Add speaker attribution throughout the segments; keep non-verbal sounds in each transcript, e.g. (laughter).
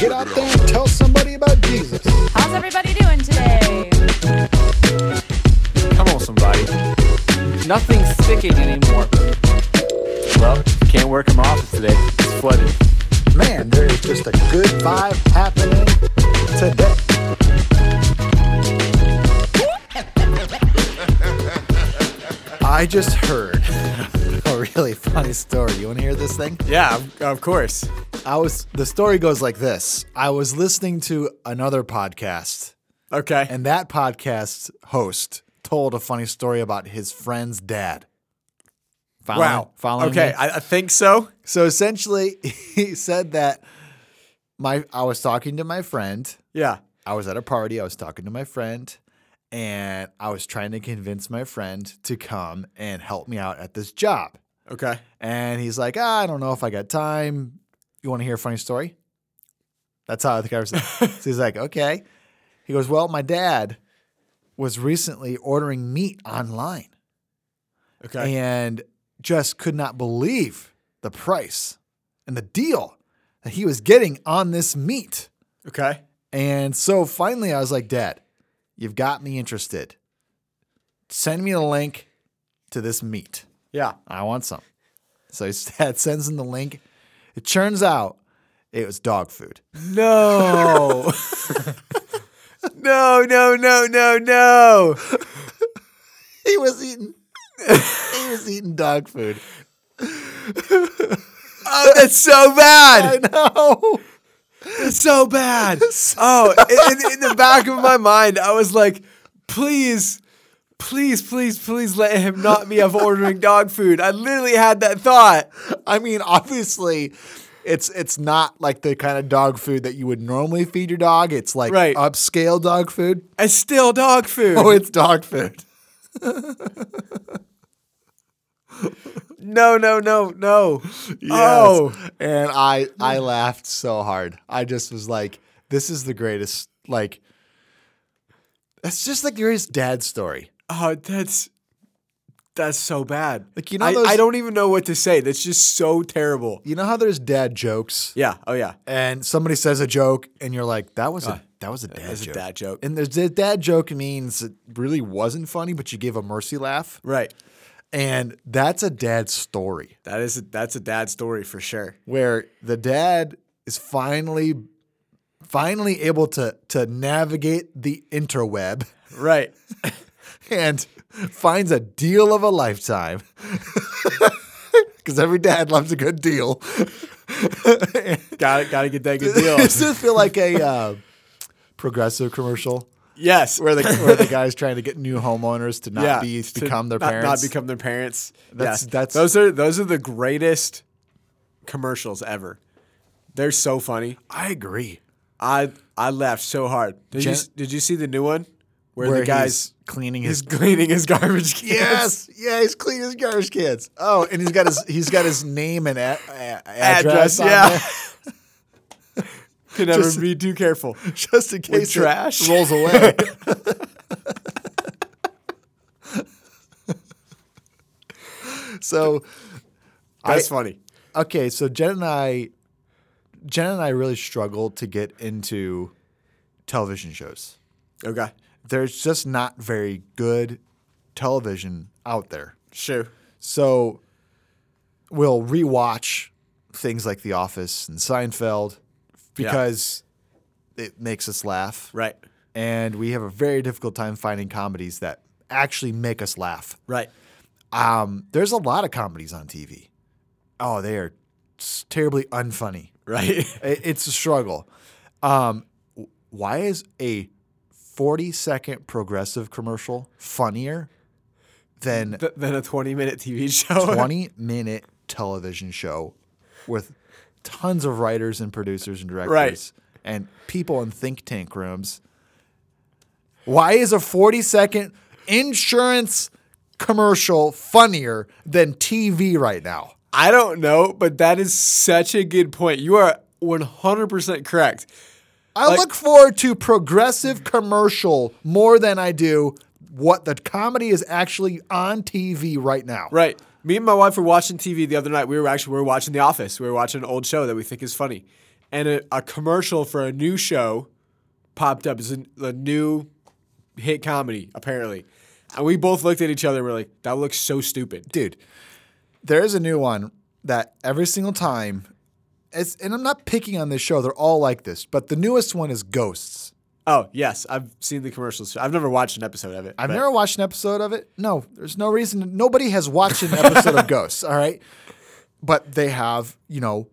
Speaker 1: Get out there and tell somebody about Jesus.
Speaker 2: How's everybody doing today?
Speaker 3: Come on, somebody. Nothing's sticking anymore. Well, can't work in my office today. It's flooded.
Speaker 1: Man, there is just a good vibe happening today. I just heard (laughs) a really funny story. You want to hear this thing?
Speaker 3: Yeah, of course.
Speaker 1: I was the story goes like this. I was listening to another podcast
Speaker 3: Okay.
Speaker 1: and that podcast host told a funny story about his friend's dad. Following,
Speaker 3: wow.
Speaker 1: Following
Speaker 3: okay,
Speaker 1: me?
Speaker 3: I, I think so.
Speaker 1: So essentially, (laughs) he said that my I was talking to my friend.
Speaker 3: Yeah.
Speaker 1: I was at a party. I was talking to my friend, and I was trying to convince my friend to come and help me out at this job.
Speaker 3: Okay.
Speaker 1: And he's like, ah, I don't know if I got time. You want to hear a funny story? That's how the conversation. so he's like, okay. He goes, well, my dad was recently ordering meat online
Speaker 3: Okay.
Speaker 1: and just could not believe the price and the deal that he was getting on this meat.
Speaker 3: okay.
Speaker 1: And so finally, I was like, Dad, you've got me interested. Send me a link to this meat.
Speaker 3: Yeah.
Speaker 1: I want some. So his (laughs) dad sends him the link. It turns out it was dog food.
Speaker 3: No. no, no, no, no, no.
Speaker 1: He was (laughs) eating. he was eating dog food.
Speaker 3: (laughs) Oh, that's so
Speaker 1: I
Speaker 3: bad.
Speaker 1: know.
Speaker 3: (laughs) That's so bad. Oh, in, in- in the back of my mind, I was like, please, please, please, please let him not be of (laughs) ordering dog food. I literally had that thought.
Speaker 1: I mean, obviously, it's it's not like the kind of dog food that you would normally feed your dog. It's like
Speaker 3: Right.
Speaker 1: upscale dog food.
Speaker 3: (laughs) It's still dog food.
Speaker 1: Oh, it's dog food.
Speaker 3: no, no, no, no.
Speaker 1: Oh,
Speaker 3: Oh.
Speaker 1: and I I laughed so hard. I just was like, this is the greatest. Like, that's just the greatest dad story.
Speaker 3: Oh, that's that's so bad.
Speaker 1: Like, you know
Speaker 3: I,
Speaker 1: those-
Speaker 3: I don't even know what to say. That's just so terrible.
Speaker 1: You know how there's dad jokes,
Speaker 3: Yeah. Oh yeah.
Speaker 1: and somebody says a joke, and you're like, that was a that was a dad
Speaker 3: That's a
Speaker 1: joke.
Speaker 3: dad joke.
Speaker 1: And there's the dad joke means it really wasn't funny, but you gave a mercy laugh,
Speaker 3: right.
Speaker 1: and that's a dad story.
Speaker 3: That is a, that's a dad story for sure.
Speaker 1: where the dad is finally finally able to to navigate the interweb (laughs)
Speaker 3: Right.
Speaker 1: and finds a deal of a lifetime (laughs) because every dad loves a good deal
Speaker 3: Got it. Got to get that good
Speaker 1: (laughs)
Speaker 3: deal.
Speaker 1: does this feel like a uh, progressive commercial
Speaker 3: yes.
Speaker 1: where the, where the guy's trying to get new homeowners to not
Speaker 3: (laughs) yeah.
Speaker 1: be
Speaker 3: to
Speaker 1: become their
Speaker 3: not-
Speaker 1: parents
Speaker 3: Not become their parents.
Speaker 1: That's-
Speaker 3: yes.
Speaker 1: that's-
Speaker 3: those are those are the greatest commercials ever. They're so funny.
Speaker 1: i agree
Speaker 3: I I laughed so hard. Did you
Speaker 1: Jen-
Speaker 3: you did you see the new one where,
Speaker 1: where
Speaker 3: the guy's
Speaker 1: he's cleaning his
Speaker 3: is cleaning his garbage
Speaker 1: (laughs)
Speaker 3: cans?
Speaker 1: Yes, yeah, he's clean as garbage cans. Oh, and he's got his he's got his name and a- a- address,
Speaker 3: Address,
Speaker 1: on
Speaker 3: yeah.
Speaker 1: there, (laughs)
Speaker 3: (laughs) Can never
Speaker 1: Just-
Speaker 3: be too careful.
Speaker 1: just in case it
Speaker 3: trash.
Speaker 1: rolls away. (laughs) so,
Speaker 3: That's
Speaker 1: I-
Speaker 3: funny.
Speaker 1: okay, so Jen and I, Jen and I really struggle to get into television shows.
Speaker 3: Okay.
Speaker 1: There's just not very good television out there.
Speaker 3: Sure.
Speaker 1: So we'll rewatch things like The Office and Seinfeld because it makes us laugh.
Speaker 3: Right.
Speaker 1: And we have a very difficult time finding comedies that actually make us laugh.
Speaker 3: Right.
Speaker 1: Um, there's a lot of comedies on TV. Oh, they are s- terribly unfunny.
Speaker 3: Right. (laughs)
Speaker 1: I- It's a struggle. Um, w- why is a 40 second progressive commercial funnier than
Speaker 3: Th- than a 20 minute TV show.
Speaker 1: 20 minute television show with tons of writers and producers and directors
Speaker 3: Right.
Speaker 1: and people in think tank rooms. Why is a 40 second insurance commercial funnier than TV right now?
Speaker 3: (laughs) I don't know, but that is such a good point. You are 100% correct.
Speaker 1: I look forward to progressive commercial more than I do what the comedy is actually on TV right now.
Speaker 3: Right. Me and my wife were watching TV the other night. We were actually we were watching The Office. We were watching an old show that we think is funny. and a, a commercial for a new show popped up. It's a, a new hit comedy, apparently. And we both looked at each other and we're like, that looks so stupid.
Speaker 1: dude. There is a new one that every single time, it's, and I'm not picking on this show. They're all like this, but the newest one is Ghosts.
Speaker 3: Oh, yes. I've seen the commercials. I've never watched an episode of it.
Speaker 1: I've
Speaker 3: but
Speaker 1: never watched an episode of it. No, there's no reason. Nobody has watched an episode of Ghosts. All right, but they have, you know,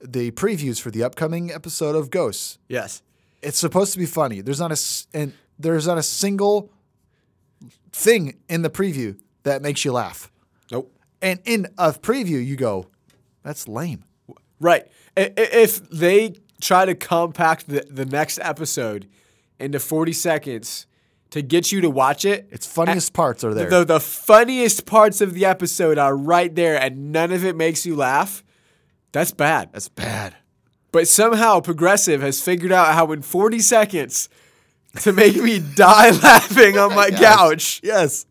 Speaker 1: the previews for the upcoming episode of Ghosts.
Speaker 3: Yes.
Speaker 1: It's supposed to be funny. There's not a s- and there's not a single thing in the preview that makes you laugh.
Speaker 3: Nope.
Speaker 1: And in a preview, you go, "That's lame."
Speaker 3: Right. I- i- If they try to compact the, the next episode into 40 seconds to get you to watch it,
Speaker 1: Its funniest parts are there.
Speaker 3: The, the funniest parts of the episode are right there, and none of it makes you laugh. That's bad.
Speaker 1: That's bad.
Speaker 3: But somehow Progressive has figured out how in 40 seconds to make me (laughs) die laughing
Speaker 1: Oh
Speaker 3: on my couch.
Speaker 1: Yes.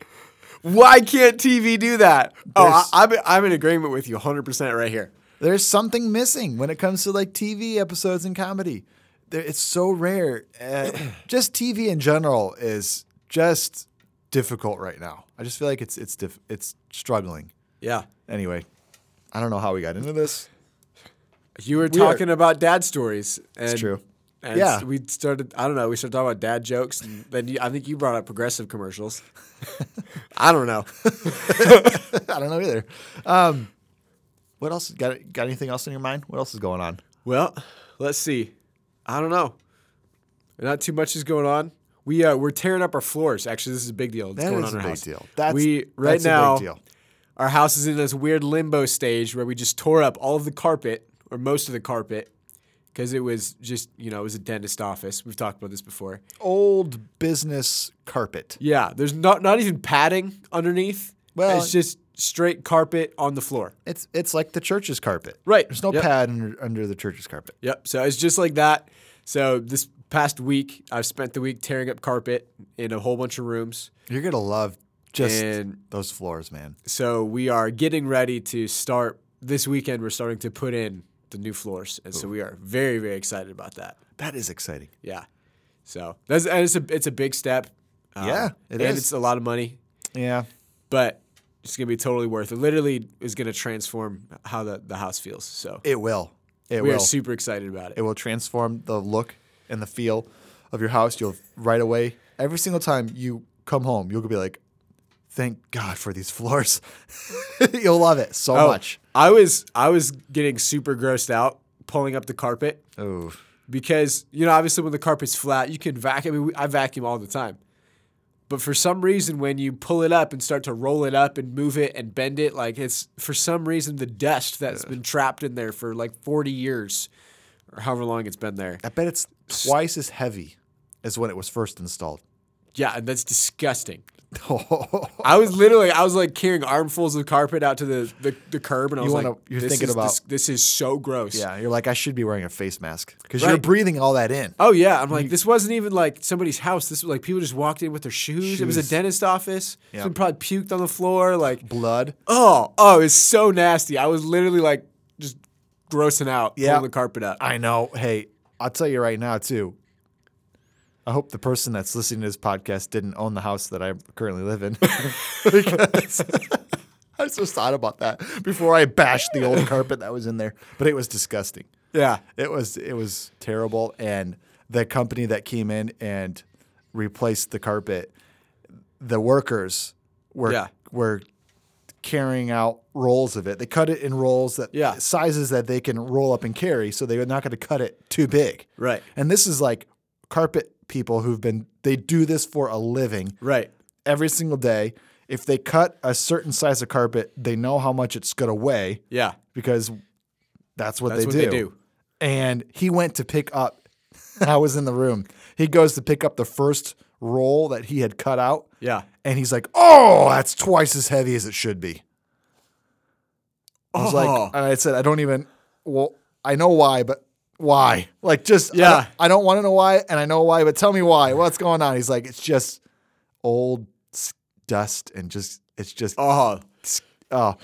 Speaker 3: Why can't TV do that?
Speaker 1: There's-
Speaker 3: oh, I, I'm, I'm in agreement with you 100% right here.
Speaker 1: There's something missing when it comes to like TV episodes and comedy. There, it's so rare. Uh, (clears throat) just TV in general is just difficult right now. I just feel like it's it's diff- it's struggling.
Speaker 3: Yeah.
Speaker 1: Anyway, I don't know how we got into this. (laughs)
Speaker 3: You were talking about dad stories. And,
Speaker 1: true.
Speaker 3: And
Speaker 1: Yeah.
Speaker 3: we started, I don't know, we started talking about dad jokes. And then you, I think you brought up
Speaker 1: (laughs)
Speaker 3: Progressive commercials. I don't know.
Speaker 1: I don't know either. Um, what else got got anything else in your mind? What else is going on?
Speaker 3: Well, let's see. I don't know. Not too much is going on. We uh, we're tearing up our floors. Actually, this is a big deal. That's
Speaker 1: That
Speaker 3: going
Speaker 1: is
Speaker 3: on in
Speaker 1: a big
Speaker 3: our house.
Speaker 1: deal. That's-
Speaker 3: we right
Speaker 1: that's a big
Speaker 3: now
Speaker 1: deal.
Speaker 3: our house is in this weird limbo stage where we just tore up all of the carpet or most of the carpet because it was just you know it was a dentist office. We've talked about this before.
Speaker 1: Old business carpet.
Speaker 3: Yeah, there's not not even padding underneath.
Speaker 1: Well-
Speaker 3: it's just straight carpet on the floor.
Speaker 1: It's it's like the church's carpet.
Speaker 3: Right.
Speaker 1: There's no
Speaker 3: Yep.
Speaker 1: pad under, under the church's carpet.
Speaker 3: Yep. So it's just like that. So this past week, I've spent the week tearing up carpet in a whole bunch of rooms.
Speaker 1: You're gonna love just
Speaker 3: And-
Speaker 1: those floors, man.
Speaker 3: So we are getting ready to start this weekend. We're starting to put in the new floors, and so we are very, very excited about that.
Speaker 1: That is exciting.
Speaker 3: Yeah. So that's and it's a it's a big step. Um,
Speaker 1: Yeah, it
Speaker 3: and
Speaker 1: is.
Speaker 3: it's a lot of money,
Speaker 1: Yeah.
Speaker 3: but it's gonna be totally worth it. Literally, is gonna transform how the, the house feels. So
Speaker 1: It will. It
Speaker 3: we
Speaker 1: will.
Speaker 3: are super excited about it.
Speaker 1: it will transform the look and the feel of your house. You'll right away, every single time you come home, you'll be like, thank God for these (laughs) floors. you'll love it so
Speaker 3: Oh,
Speaker 1: much.
Speaker 3: I was I was getting super grossed out pulling up the carpet
Speaker 1: Oh,
Speaker 3: because you know obviously when the carpet's flat you can vacuum. I, mean, we- I vacuum all the time, but for some reason when you pull it up and start to roll it up and move it and bend it, like it's for some reason the dust that's been trapped in there for like forty years or however long it's been there.
Speaker 1: I bet it's twice as heavy as when it was first installed. (laughs)
Speaker 3: Yeah, and that's disgusting.
Speaker 1: you
Speaker 3: I was literally, I was like carrying armfuls of carpet out to the, the, the curb, and I was
Speaker 1: wanna-
Speaker 3: like,
Speaker 1: you're
Speaker 3: this
Speaker 1: thinking
Speaker 3: is,
Speaker 1: about-
Speaker 3: this, this is so gross.
Speaker 1: Yeah, you're like, I should be wearing a face mask because you're
Speaker 3: Right.
Speaker 1: breathing all that in.
Speaker 3: Oh yeah, I'm like this wasn't even like somebody's house. This was like people just walked in with their shoes. It was a
Speaker 1: Shoes.
Speaker 3: dentist office.
Speaker 1: Yeah.
Speaker 3: Someone probably puked on the floor. Like
Speaker 1: Blood.
Speaker 3: oh oh, it's so nasty. I was literally like just grossing out,
Speaker 1: Yeah.
Speaker 3: pulling the carpet up.
Speaker 1: I know. Hey, I'll tell you right now too. I hope the person that's listening to this podcast didn't own the house that I currently live in. (laughs) because (laughs) I just thought about that before I bashed the old carpet that was in there. But it was disgusting.
Speaker 3: yeah,
Speaker 1: It was it was terrible. And the company that came in and replaced the carpet, the workers were
Speaker 3: Yeah.
Speaker 1: were carrying out rolls of it. They cut it in rolls that
Speaker 3: Yeah.
Speaker 1: sizes that they can roll up and carry, so they're not going to cut it too big.
Speaker 3: Right.
Speaker 1: And this is like carpet people who've been they do this for a living
Speaker 3: right.
Speaker 1: every single day. If they cut a certain size of carpet, they know how much it's going to weigh
Speaker 3: Yeah,
Speaker 1: because that's what,
Speaker 3: That's
Speaker 1: they,
Speaker 3: what
Speaker 1: do.
Speaker 3: they do.
Speaker 1: And he went to pick up. I was in the room. He goes to pick up the first roll that he had cut out.
Speaker 3: yeah.
Speaker 1: And he's like, "Oh, that's twice as heavy as it should be." I was
Speaker 3: Oh.
Speaker 1: like, and I said, "I don't even. Well, I know why, but why? Like, just I
Speaker 3: Yeah.
Speaker 1: don't- I don't, want to know why, and I know why, but tell me why. What's going on?" He's like, "It's just old s- dust, and just it's just
Speaker 3: Oh
Speaker 1: oh,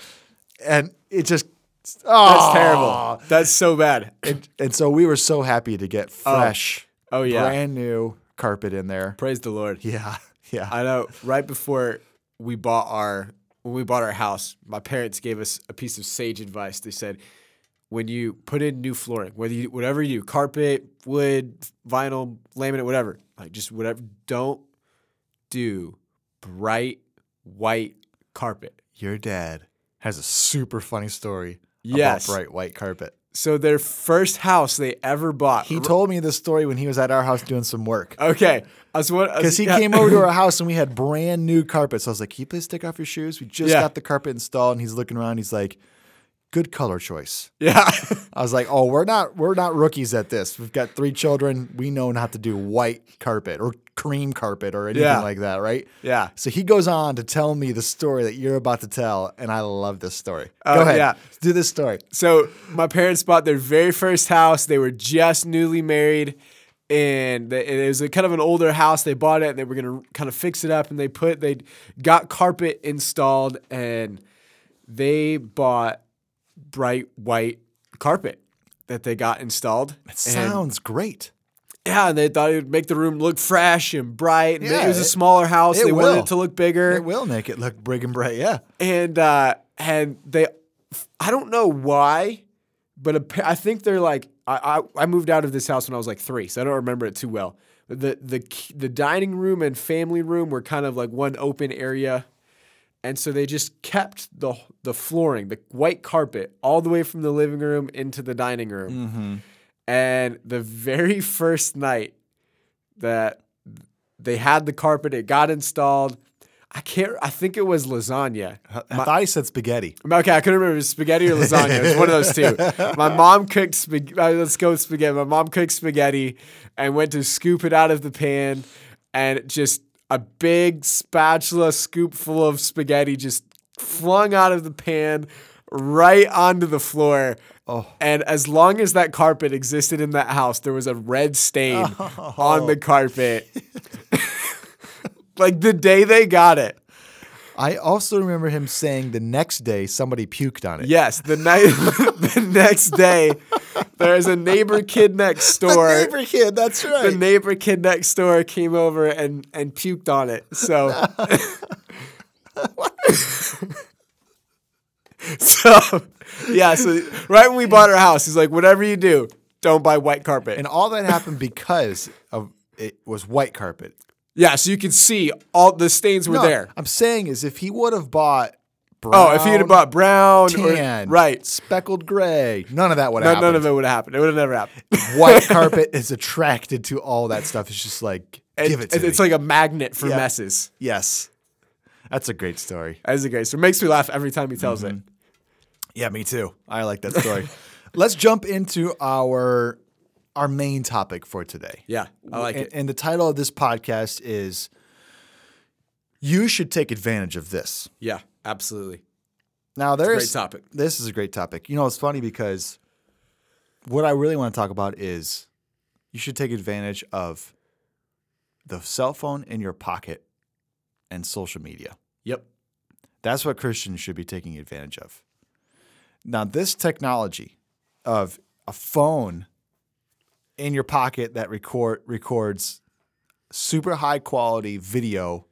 Speaker 1: and it just
Speaker 3: That's
Speaker 1: Aw.
Speaker 3: terrible. That's so bad.
Speaker 1: And, and so we were so happy to get fresh,
Speaker 3: Oh yeah.
Speaker 1: brand new carpet in there.
Speaker 3: Praise the Lord.
Speaker 1: Yeah, (laughs) yeah.
Speaker 3: I know. Right before we bought our when we bought our house, my parents gave us a piece of sage advice. They said, when you put in new flooring, whether you whatever you do, carpet, wood, vinyl, laminate, whatever, like just whatever, don't do bright white carpet.
Speaker 1: Your dad has a super funny story
Speaker 3: Yes.
Speaker 1: about bright white carpet.
Speaker 3: So their first house they ever bought.
Speaker 1: He told me this story when he was at our house doing some work.
Speaker 3: Okay, I was what
Speaker 1: (laughs) Because he came over to our house and we had brand new carpet. So I was like, Can you please take off your shoes? We just
Speaker 3: Yeah.
Speaker 1: got the carpet installed. And he's looking around. He's like, Good color choice.
Speaker 3: (laughs) Yeah. (laughs)
Speaker 1: I was like, Oh, we're not we're not rookies at this. We've got three children. We know not to do white carpet or cream carpet or anything
Speaker 3: Yeah.
Speaker 1: like that, right?
Speaker 3: Yeah.
Speaker 1: So he goes on to tell me the story that you're about to tell, and I love this story. Go
Speaker 3: Oh,
Speaker 1: ahead.
Speaker 3: yeah.
Speaker 1: Do this story.
Speaker 3: So my parents bought their very first house. They were just newly married, and they- and it was a kind of an older house. They bought it, and they were gonna kind of fix it up. And they put they got carpet installed, and they bought bright white carpet that they got installed. And-
Speaker 1: Sounds great.
Speaker 3: yeah, and they thought it would make the room look fresh and bright. And
Speaker 1: Yeah,
Speaker 3: it was a
Speaker 1: it-
Speaker 3: smaller house.
Speaker 1: it
Speaker 3: They wanted
Speaker 1: will.
Speaker 3: it to look bigger.
Speaker 1: It will make it look big and bright. Yeah.
Speaker 3: and uh, and they, I don't know why, but appa- I think they're like I, I I moved out of this house when I was like three, so I don't remember it too well. But the the k- the dining room and family room were kind of like one open area, and so they just kept the the flooring, the white carpet, all the way from the living room into the dining room. And the very first night that they had the carpet, it got installed. I can't. I think it was lasagna.
Speaker 1: I thought he said spaghetti.
Speaker 3: Okay, I couldn't remember if it was spaghetti or lasagna. It was one of those two. My mom cooked spaghetti. Let's go with spaghetti. My mom cooked spaghetti and went to scoop it out of the pan, and just a big spatula scoop full of spaghetti just flung out of the pan right onto the floor.
Speaker 1: Oh.
Speaker 3: And as long as that carpet existed in that house, there was a red stain on the carpet. (laughs) like the day they got it.
Speaker 1: I also remember him saying the next day somebody puked on it.
Speaker 3: Yes, the night, (laughs) the next day, there's a neighbor kid next door.
Speaker 1: The neighbor kid, that's
Speaker 3: the
Speaker 1: right.
Speaker 3: neighbor kid next door came over and and puked on it.
Speaker 1: (laughs)
Speaker 3: So. (laughs) so, yeah. So right when we bought our house, he's like, "Whatever you do, don't buy white carpet."
Speaker 1: and all that happened because of it was white carpet.
Speaker 3: yeah, so you could see all the stains were
Speaker 1: No,
Speaker 3: there.
Speaker 1: I'm saying is if he would have bought brown,
Speaker 3: Oh, if he'd have bought brown, or-
Speaker 1: tan,
Speaker 3: right?
Speaker 1: speckled gray, none of that would
Speaker 3: No,
Speaker 1: have
Speaker 3: none
Speaker 1: happened.
Speaker 3: of it would have happened. It would have never happened. (laughs)
Speaker 1: white carpet is attracted to all that stuff. It's just like give it to me.
Speaker 3: it's like a magnet for
Speaker 1: Yeah.
Speaker 3: messes.
Speaker 1: yes, that's a great story.
Speaker 3: That is a great. So it makes me laugh every time he tells
Speaker 1: Mm-hmm.
Speaker 3: it.
Speaker 1: Yeah, me too. I like (laughs) that story. Let's jump into our our main topic for today.
Speaker 3: Yeah, I like
Speaker 1: and,
Speaker 3: it.
Speaker 1: and the title of this podcast is You Should Take Advantage of This.
Speaker 3: Yeah, absolutely.
Speaker 1: Now there's
Speaker 3: Great topic.
Speaker 1: This is a great topic. You know, it's funny because what I really want to talk about is you should take advantage of the cell phone in your pocket and social media.
Speaker 3: Yep.
Speaker 1: That's what Christians should be taking advantage of. Now, this technology of a phone in your pocket that record records super high quality video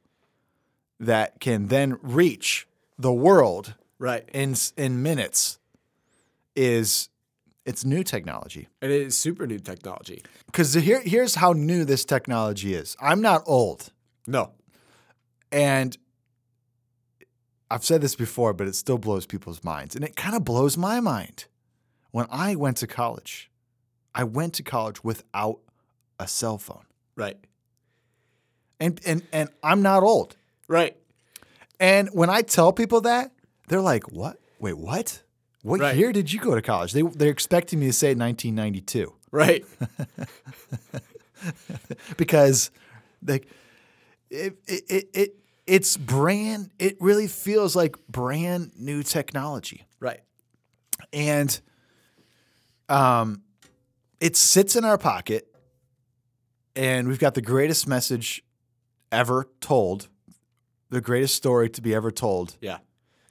Speaker 1: that can then reach the world
Speaker 3: Right.
Speaker 1: in s- in minutes is it's new technology.
Speaker 3: And it is super new technology.
Speaker 1: Because here, here's how new this technology is. I'm not old.
Speaker 3: No.
Speaker 1: And I've said this before, but it still blows people's minds. And it kind of blows my mind. When I went to college, I went to college without a cell phone.
Speaker 3: Right.
Speaker 1: And and and I'm not old.
Speaker 3: Right.
Speaker 1: And when I tell people that, they're like, "What? Wait, what? What
Speaker 3: Right.
Speaker 1: year did you go to college?" They they're expecting me to say 1992 (laughs)
Speaker 3: Right.
Speaker 1: because like it it it, it it's brand it really feels like brand new technology.
Speaker 3: right.
Speaker 1: and um, it sits in our pocket, and we've got the greatest message ever told, the greatest story to be ever told,
Speaker 3: Yeah.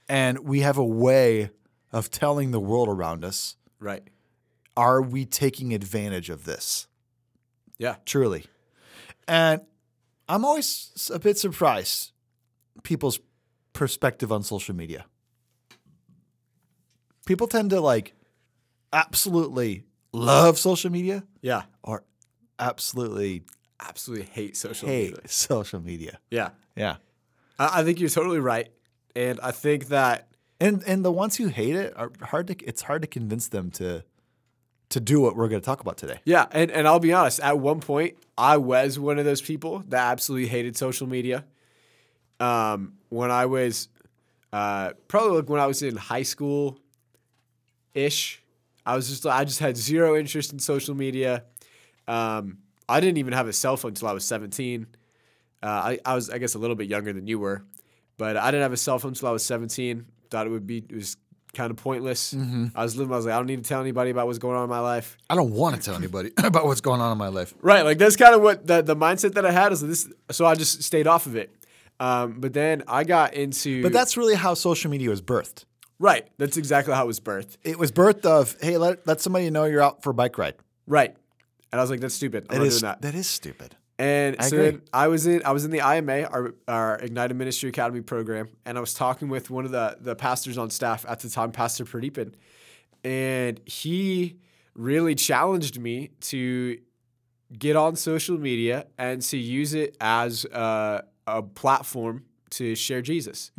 Speaker 1: and we have a way of telling the world around us,
Speaker 3: Right.
Speaker 1: are we taking advantage of this?
Speaker 3: Yeah.
Speaker 1: Truly. And I'm always a bit surprised people's perspective on social media. People tend to like absolutely love social media
Speaker 3: Yeah.
Speaker 1: or absolutely
Speaker 3: Absolutely hate social
Speaker 1: hate
Speaker 3: media.
Speaker 1: social media.
Speaker 3: Yeah.
Speaker 1: Yeah.
Speaker 3: I, I think you're totally right. And I think that
Speaker 1: And and the ones who hate it are hard to it's hard to convince them to to do what we're going to talk about today.
Speaker 3: Yeah, and, and I'll be honest, at one point I was one of those people that absolutely hated social media. Um, when I was uh, probably like when I was in high school ish, I was just I just had zero interest in social media. Um, I didn't even have a cell phone until I was 17. Uh, I, I was I guess a little bit younger than you were, but I didn't have a cell phone until I was 17. Thought it would be it was kind of pointless. I was living I was like I don't need to tell anybody about what's going on in my life.
Speaker 1: I don't want to tell anybody (laughs) about what's going on in my life.
Speaker 3: Right, like that's kind of what the, the mindset that I had is this. So I just stayed off of it. Um, but then I got into.
Speaker 1: But that's really how social media was birthed.
Speaker 3: right. That's exactly how it was birthed.
Speaker 1: It was birthed of, hey, let, let somebody know you're out for a bike ride.
Speaker 3: Right. And I was like, that's stupid. I'm
Speaker 1: That
Speaker 3: not
Speaker 1: is
Speaker 3: doing that.
Speaker 1: that is stupid.
Speaker 3: And so
Speaker 1: agree.
Speaker 3: then I was in I was in the IMA, our our Ignited Ministry Academy program, and I was talking with one of the the pastors on staff at the time, Pastor Pradeepan, and he really challenged me to get on social media and to use it as a, a platform to share Jesus.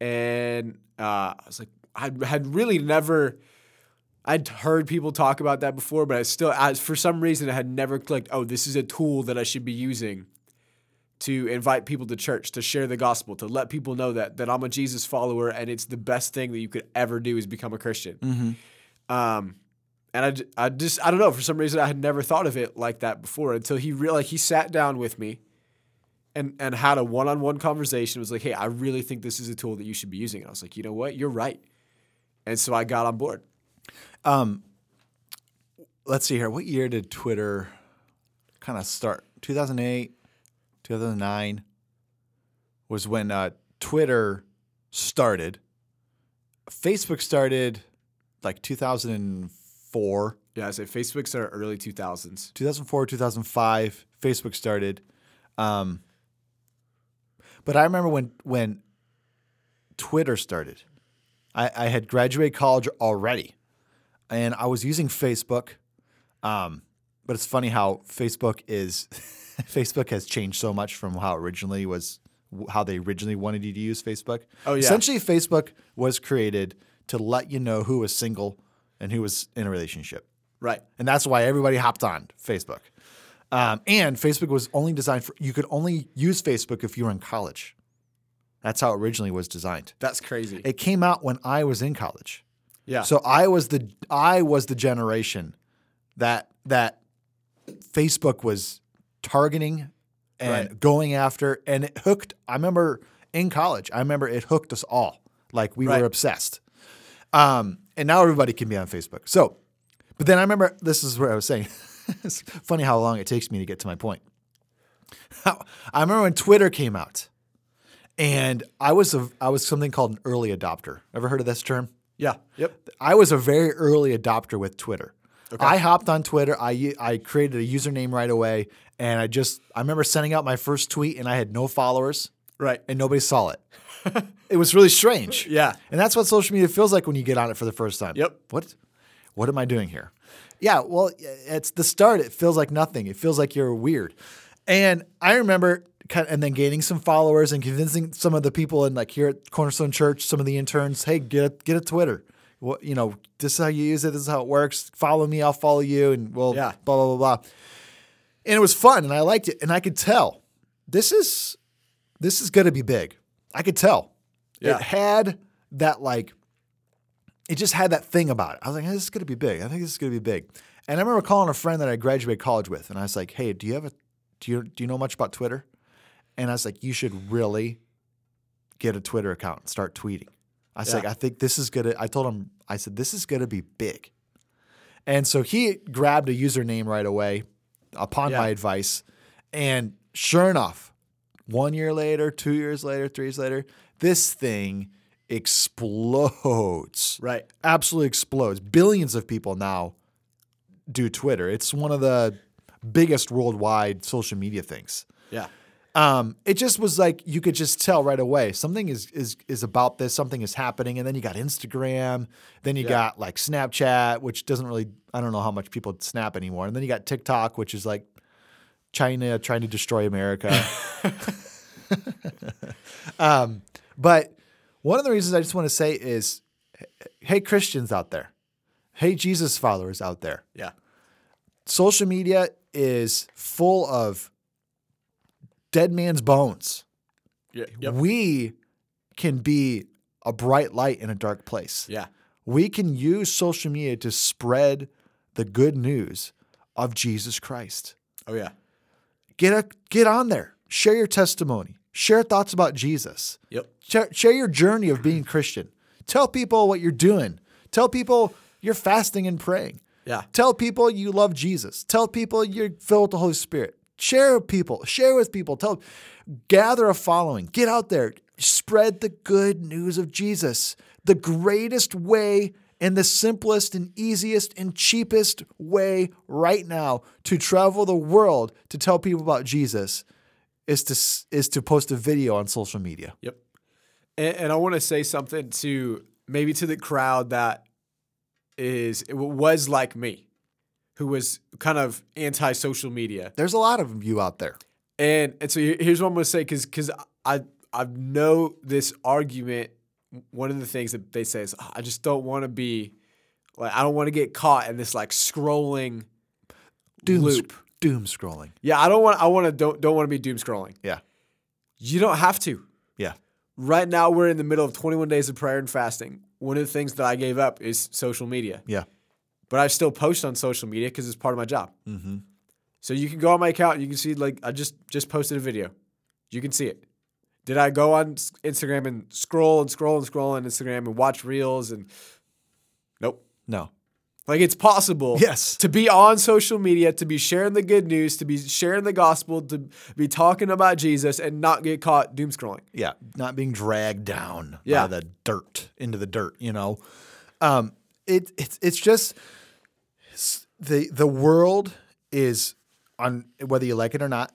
Speaker 3: And uh, I was like, I had really never. I'd heard people talk about that before, but I still, I, for some reason, I had never clicked. Oh, this is a tool that I should be using to invite people to church, to share the gospel, to let people know that that I'm a Jesus follower, and it's the best thing that you could ever do is become a Christian. Um, and I, j- I just, I don't know. For some reason, I had never thought of it like that before until he realized he sat down with me, and and had a one-on-one conversation. It was like, hey, I really think this is a tool that you should be using. And I was like, you know what, you're right. And so I got on board.
Speaker 1: Let's see here. What year did Twitter kind of start? 2008, 2009 was when uh, Twitter started. Facebook started like 2004.
Speaker 3: Yeah, I say Facebook's our early 2000s.
Speaker 1: 2004, 2005, Facebook started. Um, but I remember when when Twitter started. I, I had graduated college already, and I was using Facebook. Um, but it's funny how Facebook is (laughs) Facebook has changed so much from how originally was how they originally wanted you to use Facebook.
Speaker 3: Oh, yeah.
Speaker 1: Essentially, Facebook was created to let you know who was single and who was in a relationship.
Speaker 3: Right.
Speaker 1: And that's why everybody hopped on Facebook. Um, and Facebook was only designed for, you could only use Facebook if you were in college. That's how it originally was designed.
Speaker 3: That's crazy.
Speaker 1: It came out when I was in college.
Speaker 3: yeah.
Speaker 1: So I was the I was the generation that that Facebook was targeting and
Speaker 3: Right.
Speaker 1: going after and it hooked I remember in college, I remember it hooked us all. Like we
Speaker 3: Right.
Speaker 1: were obsessed. Um, and now everybody can be on Facebook. So but then I remember this is where I was saying (laughs) it's funny how long it takes me to get to my point. I remember when Twitter came out and I was a I was something called an early adopter. Ever heard of this term?
Speaker 3: yeah. Yep.
Speaker 1: I was a very early adopter with Twitter. I hopped on Twitter. I u- I created a username right away, and I just I remember sending out my first tweet, and I had no followers,
Speaker 3: Right.
Speaker 1: and nobody saw
Speaker 3: (laughs)
Speaker 1: it. it was really strange.
Speaker 3: Yeah.
Speaker 1: and that's what social media feels like when you get on it for the first time.
Speaker 3: Yep.
Speaker 1: What What am I doing here? Yeah. Well, it's the start. It feels like nothing. It feels like you're weird. And I remember. Kind and then gaining some followers and convincing some of the people in like here at Cornerstone Church, some of the interns, hey, get a, get a Twitter. What you know, this is how you use it. This is how it works. Follow me, I'll follow you, and we'll
Speaker 3: Yeah.
Speaker 1: blah blah blah blah. And it was fun, and I liked it, and I could tell this is this is going to be big. I could tell.
Speaker 3: Yeah.
Speaker 1: It had that like it just had that thing about it. I was like, this is going to be big. I think this is going to be big. And I remember calling a friend that I graduated college with and I was like, "Hey, do you have a do you do you know much about Twitter?" And I was like, "You should really get a Twitter account and start tweeting." I was
Speaker 3: Yeah.
Speaker 1: like, "I think this is going to I told him I said this is going to be big." And so he grabbed a username right away upon
Speaker 3: Yeah.
Speaker 1: my advice. And sure enough, one year later, two years later, three years later, this thing explodes.
Speaker 3: Right.
Speaker 1: Absolutely explodes. Billions of people now do Twitter. It's one of the biggest worldwide social media things.
Speaker 3: Yeah.
Speaker 1: Um, it just was like you could just tell right away something is is is about this, something is happening, and then you got Instagram, then you got like Snapchat, which doesn't really I don't know how much people snap anymore, and then you got TikTok, which is like China trying to destroy America. (laughs) um, but one of the reasons I just want to say is, hey Christians out there, hey Jesus followers out there,
Speaker 3: Yeah.
Speaker 1: social media is full of dead man's bones.
Speaker 3: Yeah.
Speaker 1: We can be a bright light in a dark place.
Speaker 3: Yeah.
Speaker 1: We can use social media to spread the good news of Jesus Christ.
Speaker 3: Oh yeah.
Speaker 1: Get a, get on there. Share your testimony. Share thoughts about Jesus.
Speaker 3: Yep.
Speaker 1: Share, share your journey of being Christian. Tell people what you're doing. Tell people you're fasting and praying.
Speaker 3: Yeah.
Speaker 1: Tell people you love Jesus. Tell people you're filled with the Holy Spirit. Share with people. Share with people. Tell, gather a following. Get out there. Spread the good news of Jesus. The greatest way and the simplest and easiest and cheapest way right now to travel the world to tell people about Jesus is to s- is to post a video on social media.
Speaker 3: Yep. And, and I want to say something to maybe to the crowd that is was like me, who was kind of anti social media.
Speaker 1: There's a lot of you out there.
Speaker 3: And and so here- here's what I'm gonna say because because I I know this argument. One of the things that they say is "Oh, I just don't want to be like I don't want to get caught in this like scrolling.
Speaker 1: Doom
Speaker 3: Loop.
Speaker 1: doom scrolling.
Speaker 3: Yeah, I don't want I want to don't don't want to be doom scrolling.
Speaker 1: Yeah.
Speaker 3: You don't have to.
Speaker 1: Yeah.
Speaker 3: Right now we're in the middle of 21 days of prayer and fasting. One of the things that I gave up is social media,
Speaker 1: Yeah.
Speaker 3: but I still post on social media because it's part of my job. Mm-hmm. So you can go on my account. You can see like I just just posted a video. You can see it. Did I go on s- Instagram and scroll and scroll and scroll on Instagram and watch reels and nope.
Speaker 1: No.
Speaker 3: Like it's possible,
Speaker 1: Yes.
Speaker 3: to be on social media, to be sharing the good news, to be sharing the gospel, to be talking about Jesus, and not get caught doom scrolling.
Speaker 1: Yeah, not being dragged down
Speaker 3: Yeah.
Speaker 1: by the dirt into the dirt, you know. Um, it it's it's just s- the the world is on whether you like it or not.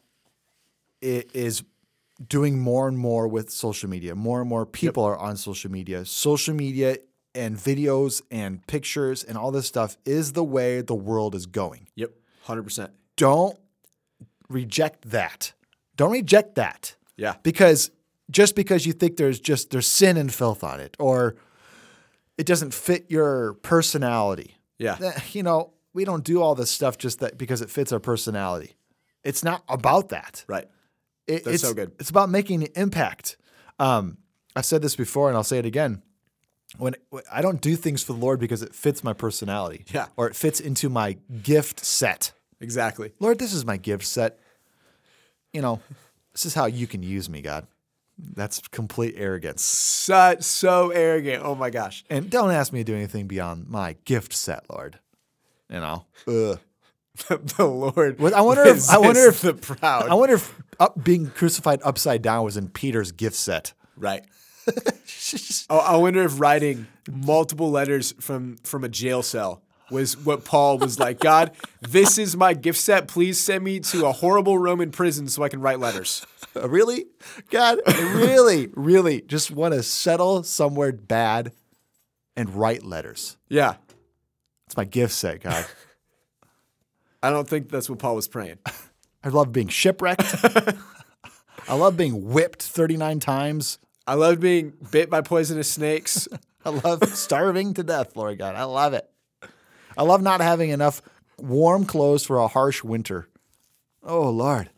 Speaker 1: It is doing more and more with social media. More and more people are on social media. Social media and videos and pictures and all this stuff is the way the world is going.
Speaker 3: Yep, hundred percent.
Speaker 1: Don't reject that. Don't reject that
Speaker 3: Yeah,
Speaker 1: because just because you think there's just there's sin and filth on it or it doesn't fit your personality
Speaker 3: yeah,
Speaker 1: that- you know we don't do all this stuff just that because it fits our personality it's not about that
Speaker 3: right.
Speaker 1: It-
Speaker 3: That's
Speaker 1: it's,
Speaker 3: so good.
Speaker 1: it's about making an impact um, i've said this before and i'll say it again when, when i don't do things for the lord because it fits my personality
Speaker 3: Yeah.
Speaker 1: or it fits into my gift set
Speaker 3: Exactly.
Speaker 1: Lord, this is my gift set. You know, this is how you can use me, God. That's complete arrogance.
Speaker 3: Such so arrogant. Oh my gosh.
Speaker 1: And don't ask me to do anything beyond my gift set, Lord. You know. Ugh.
Speaker 3: the Lord.
Speaker 1: Well, I wonder if- I wonder
Speaker 3: resists
Speaker 1: if-
Speaker 3: the proud.
Speaker 1: I wonder if up, being crucified upside down was in Peter's gift set. (laughs)
Speaker 3: right. I, I wonder if writing multiple letters from from a jail cell was what Paul was like. God, this is my gift set. Please send me to a horrible Roman prison so I can write letters.
Speaker 1: Uh, really, God, (laughs) I really, really just want to settle somewhere bad and write letters.
Speaker 3: Yeah.
Speaker 1: It's my gift set, (laughs) God.
Speaker 3: I don't think that's what Paul was praying.
Speaker 1: I love being (laughs) shipwrecked. I love being whipped 39 times.
Speaker 3: I loved being bit by poisonous
Speaker 1: (laughs)
Speaker 3: snakes.
Speaker 1: I love starving to death, Lord God. I love it. I love not having enough warm clothes for a harsh winter. Oh, Lord.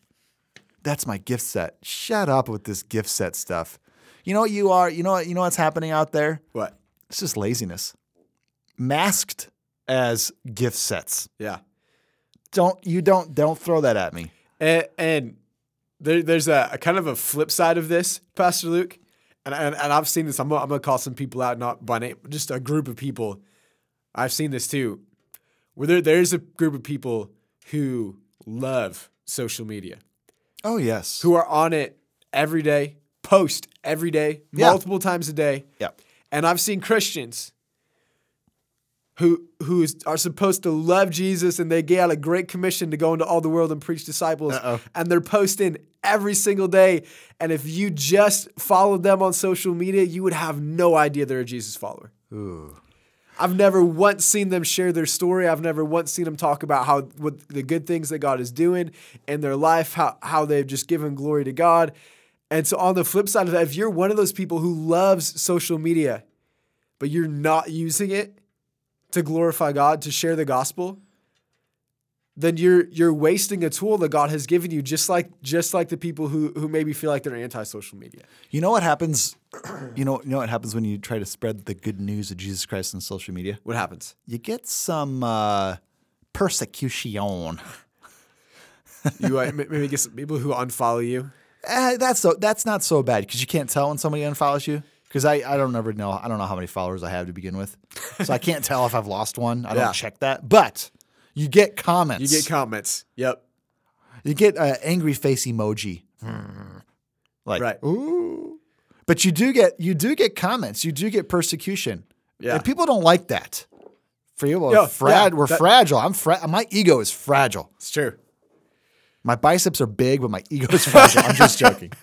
Speaker 1: That's my gift set. Shut up with this gift set stuff. You know what you are? You know what you know what's happening out there?
Speaker 3: What?
Speaker 1: It's just laziness. Masked as gift sets.
Speaker 3: Yeah.
Speaker 1: Don't you don't don't throw that at me.
Speaker 3: And, and there, there's a, a kind of a flip side of this, Pastor Luke. And, and, and I've seen this. I'm, gonna- I'm going to call some people out, not by name, just a group of people. I've seen this too, where there, there's a group of people who love social media,
Speaker 1: Oh yes.
Speaker 3: who are on it every day, post every day,
Speaker 1: Yeah.
Speaker 3: multiple times a day.
Speaker 1: Yeah.
Speaker 3: And I've seen Christians who who is- are supposed to love Jesus and they get out a great commission to go into all the world and preach disciples.
Speaker 1: Uh-oh.
Speaker 3: And they're posting every single day. And if you just followed them on social media, you would have no idea they're a Jesus follower. I've never once seen them share their story. I've never once seen them talk about how what the good things that God is doing in their life, how how they've just given glory to God. And so on the flip side of that, if you're one of those people who loves social media, but you're not using it to glorify God, to share the gospel, then you're you're wasting a tool that God has given you, just like just like the people who who maybe feel like they're anti-social media.
Speaker 1: You know what happens? (clears throat) You know, you know what happens when you try to spread the good news of Jesus Christ on social media?
Speaker 3: What happens?
Speaker 1: You get some uh,
Speaker 3: (laughs)
Speaker 1: persecution.
Speaker 3: You uh, (laughs) may- maybe get some people who unfollow you.
Speaker 1: Eh, that's so, that's not so bad because you can't tell when somebody unfollows you. Because I, I don't ever know I don't know how many followers I have to begin with, so I can't tell if I've lost one. I don't
Speaker 3: Yeah.
Speaker 1: check that. But you get comments.
Speaker 3: You get comments. Yep.
Speaker 1: You get uh, angry face emoji. Hmm. Like
Speaker 3: Right.
Speaker 1: But you do get you do get comments. You do get persecution.
Speaker 3: Yeah.
Speaker 1: And people don't like that. For you, well,
Speaker 3: Yeah,
Speaker 1: frag-
Speaker 3: yeah,
Speaker 1: we're
Speaker 3: that-
Speaker 1: fragile. I'm fra- my ego is fragile.
Speaker 3: It's true.
Speaker 1: My biceps are big, but my ego
Speaker 3: (laughs)
Speaker 1: is fragile. I'm just joking.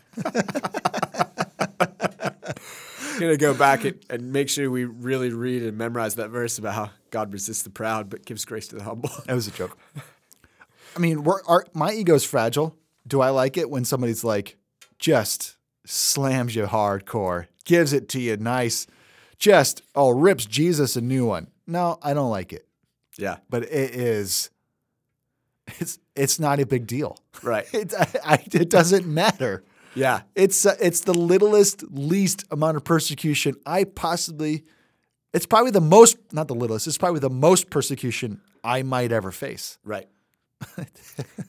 Speaker 3: gonna go back and, and make sure we really read and memorize that verse about how God resists the proud but gives grace to the humble. (laughs)
Speaker 1: That was a joke. I mean, we're, our, my ego's fragile. Do I like it when somebody's like, just slams you hardcore, gives it to you nice, just, oh, rips Jesus a new one? No, I don't like it.
Speaker 3: yeah.
Speaker 1: but it is it's it's not a big deal
Speaker 3: Right.
Speaker 1: (laughs) it, I, I, it doesn't matter
Speaker 3: Yeah.
Speaker 1: it's uh, it's the littlest least amount of persecution i possibly it's probably the most not the littlest it's probably the most persecution i might ever face
Speaker 3: Right.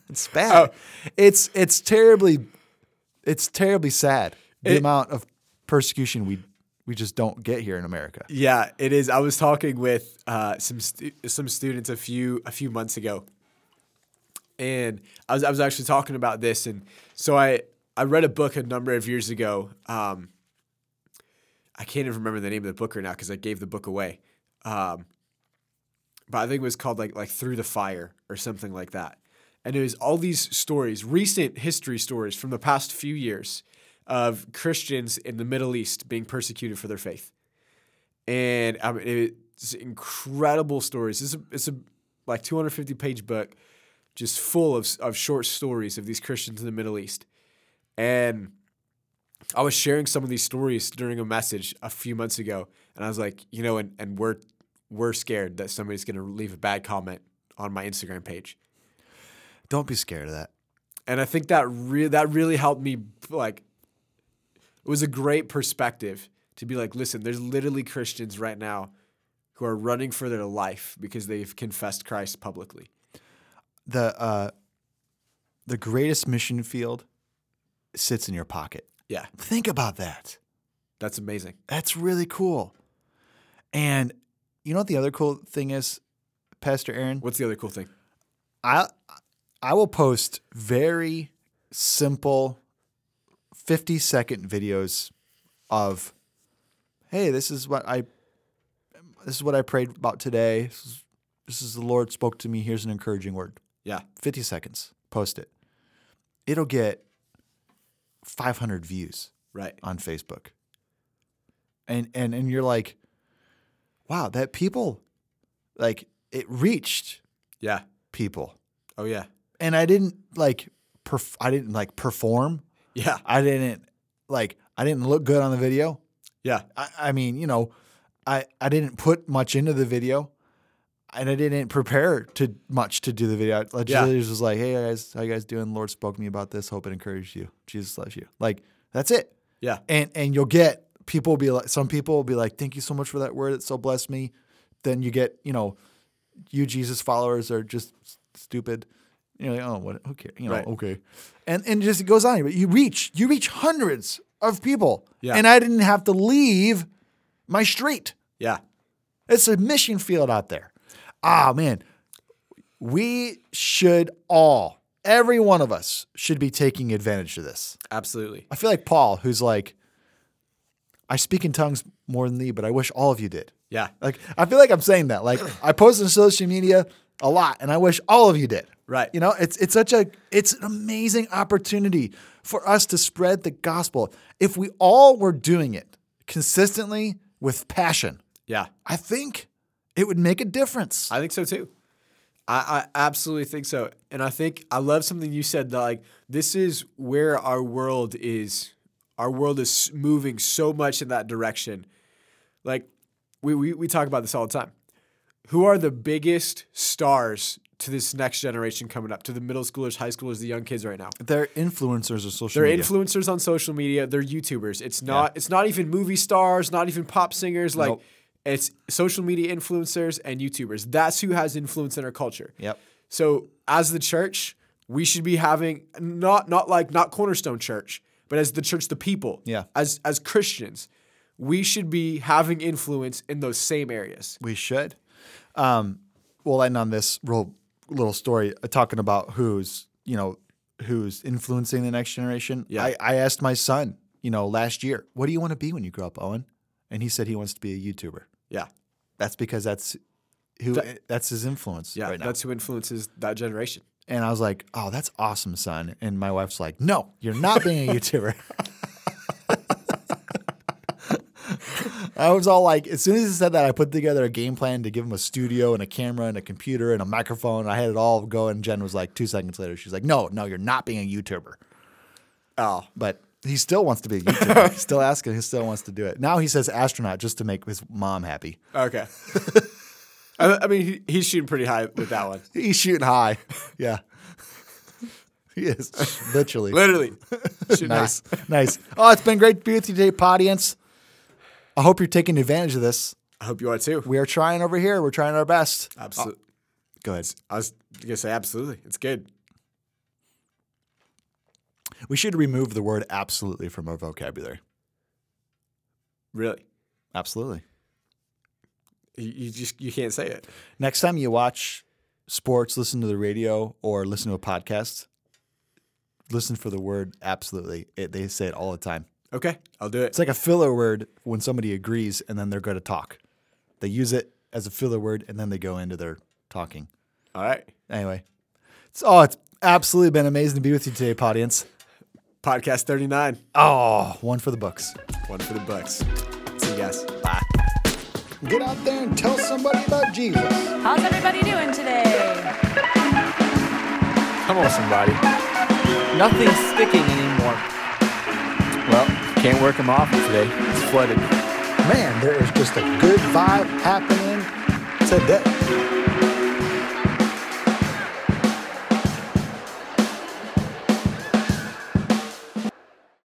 Speaker 1: it's bad Oh. it's it's terribly it's terribly sad the
Speaker 3: It-
Speaker 1: amount of persecution we we just don't get here in america
Speaker 3: Yeah, it is. I was talking with uh, some stu- some students a few a few months ago, and I was I was actually talking about this, and so I I read a book a number of years ago. Um, I can't even remember the name of the book right now because I gave the book away, um, but I think it was called like like Through the Fire or something like that, and it was all these stories, recent history stories from the past few years of Christians in the Middle East being persecuted for their faith and I mean, it's incredible stories. It's a, it's a like 250 page book, just full of of short stories of these Christians in the Middle East. And I was sharing some of these stories during a message a few months ago, and I was like, you know, and and we're we're scared that somebody's going to leave a bad comment on my Instagram page.
Speaker 1: don't be scared of that
Speaker 3: And I think that re- that really helped me like it was a great perspective to be like, listen, there's literally Christians right now who are running for their life because they've confessed Christ publicly.
Speaker 1: the uh, the greatest mission field sits in your pocket.
Speaker 3: Yeah,
Speaker 1: Think about that.
Speaker 3: that's amazing.
Speaker 1: That's really cool. And you know what the other cool thing is, Pastor Aaron?
Speaker 3: What's the other cool thing?
Speaker 1: I I will post very simple 50 second videos of hey, this is what I this is what I prayed about today. This is, this is the Lord spoke to me. Here's an encouraging word.
Speaker 3: Yeah,
Speaker 1: 50 seconds, post it. It'll get 500 views
Speaker 3: right.
Speaker 1: on Facebook. And and and you're like, wow, that people like it reached
Speaker 3: Yeah.
Speaker 1: people.
Speaker 3: Oh yeah.
Speaker 1: And I didn't like perf- I didn't like perform.
Speaker 3: Yeah.
Speaker 1: I didn't like I didn't look good on the video.
Speaker 3: Yeah.
Speaker 1: I, I mean, you know, I, I didn't put much into the video and I didn't prepare to much to do the video. I
Speaker 3: Yeah.
Speaker 1: literally was just like, hey guys, how you guys doing? Lord spoke to me about this. Hope it encouraged you. Jesus loves you. Like, that's it.
Speaker 3: Yeah.
Speaker 1: And and you'll get people will be like some people will be like, Thank you so much for that word. It so blessed me. Then you get, you know, you Jesus followers are just s- stupid. You're like, oh what who cares? You know,
Speaker 3: Right.
Speaker 1: okay. And and it just it goes on. But you reach you reach hundreds of people.
Speaker 3: Yeah.
Speaker 1: And I didn't have to leave my street.
Speaker 3: Yeah.
Speaker 1: It's a mission field out there. Ah, man. We should all Every one of us should be taking advantage of this.
Speaker 3: Absolutely.
Speaker 1: I feel like Paul, who's like, I speak in tongues more than thee, but I wish all of you did.
Speaker 3: Yeah.
Speaker 1: Like, I feel like I'm saying that. Like, I post on social media a lot, and I wish all of you did.
Speaker 3: Right.
Speaker 1: You know, it's it's such a it's an amazing opportunity for us to spread the gospel. If we all were doing it consistently with passion,
Speaker 3: Yeah.
Speaker 1: I think it would make a difference.
Speaker 3: I think so too. I, I absolutely think so. And I think I love something you said that like this is where our world is our world is moving so much in that direction. Like we, we, we talk about this all the time. Who are the biggest stars to this next generation coming up, to the middle schoolers, high schoolers, the young kids right now?
Speaker 1: They're influencers of social
Speaker 3: They're
Speaker 1: media.
Speaker 3: influencers on social media. They're YouTubers. It's not. It's not even movie stars. Not even pop singers. Like
Speaker 1: Nope.
Speaker 3: it's social media influencers and YouTubers. That's who has influence in our culture.
Speaker 1: Yep.
Speaker 3: So as the church, we should be having not not like not Cornerstone Church, but as the church, the people.
Speaker 1: Yeah.
Speaker 3: As as Christians, we should be having influence in those same areas.
Speaker 1: We should. Um, we'll end on this real little story uh, talking about who's you know who's influencing the next generation.
Speaker 3: Yeah.
Speaker 1: I, I asked my son, you know, last year, what do you want to be when you grow up, Owen? And he said he wants to be a YouTuber.
Speaker 3: Yeah.
Speaker 1: That's because that's who that's his influence
Speaker 3: Yeah.
Speaker 1: right now.
Speaker 3: That's who influences that generation.
Speaker 1: And I was like, oh, that's awesome, son. And my wife's like, no, you're not being (laughs) a YouTuber. I was all like, as soon as he said that, I put together a game plan to give him a studio and a camera and a computer and a microphone. I had it all going. Jen was like, two seconds later, she's like, no, no, you're not being a YouTuber.
Speaker 3: Oh.
Speaker 1: But he still wants to (laughs) be a YouTuber. He's still asking. He still wants to do it. Now he says astronaut just to make his mom happy.
Speaker 3: Okay. (laughs) I, I mean, he, he's shooting pretty high with that one.
Speaker 1: He's shooting high. Yeah. (laughs) he is, literally. (laughs)
Speaker 3: Literally. Shooting high.
Speaker 1: Nice. nice. Oh, it's been great to be with you today, audience. I hope you're taking advantage of this.
Speaker 3: I hope you are too.
Speaker 1: We are trying over here. We're trying our best.
Speaker 3: Absolutely.
Speaker 1: Go ahead.
Speaker 3: I was gonna say absolutely. It's good.
Speaker 1: We should remove the word absolutely from our vocabulary.
Speaker 3: Really.
Speaker 1: Absolutely.
Speaker 3: You, you just you can't say it.
Speaker 1: Next time you watch sports, listen to the radio, or listen to a podcast, listen for the word absolutely. It, they say it all the time.
Speaker 3: Okay, I'll do it.
Speaker 1: It's like a filler word when somebody agrees and then they're going to talk. They use it as a filler word and then they go into their talking.
Speaker 3: All right.
Speaker 1: Anyway, it's, oh, it's absolutely been amazing to be with you today, audience.
Speaker 3: Podcast 39.
Speaker 1: Oh, one for the books.
Speaker 3: One for the bucks. See you guys.
Speaker 1: Get out there and tell somebody about Jesus.
Speaker 2: How's everybody doing today?
Speaker 4: Come on, somebody. Nothing's sticking anymore. Well, can't work them off today. It's flooded.
Speaker 1: Man, there is just a good vibe happening today.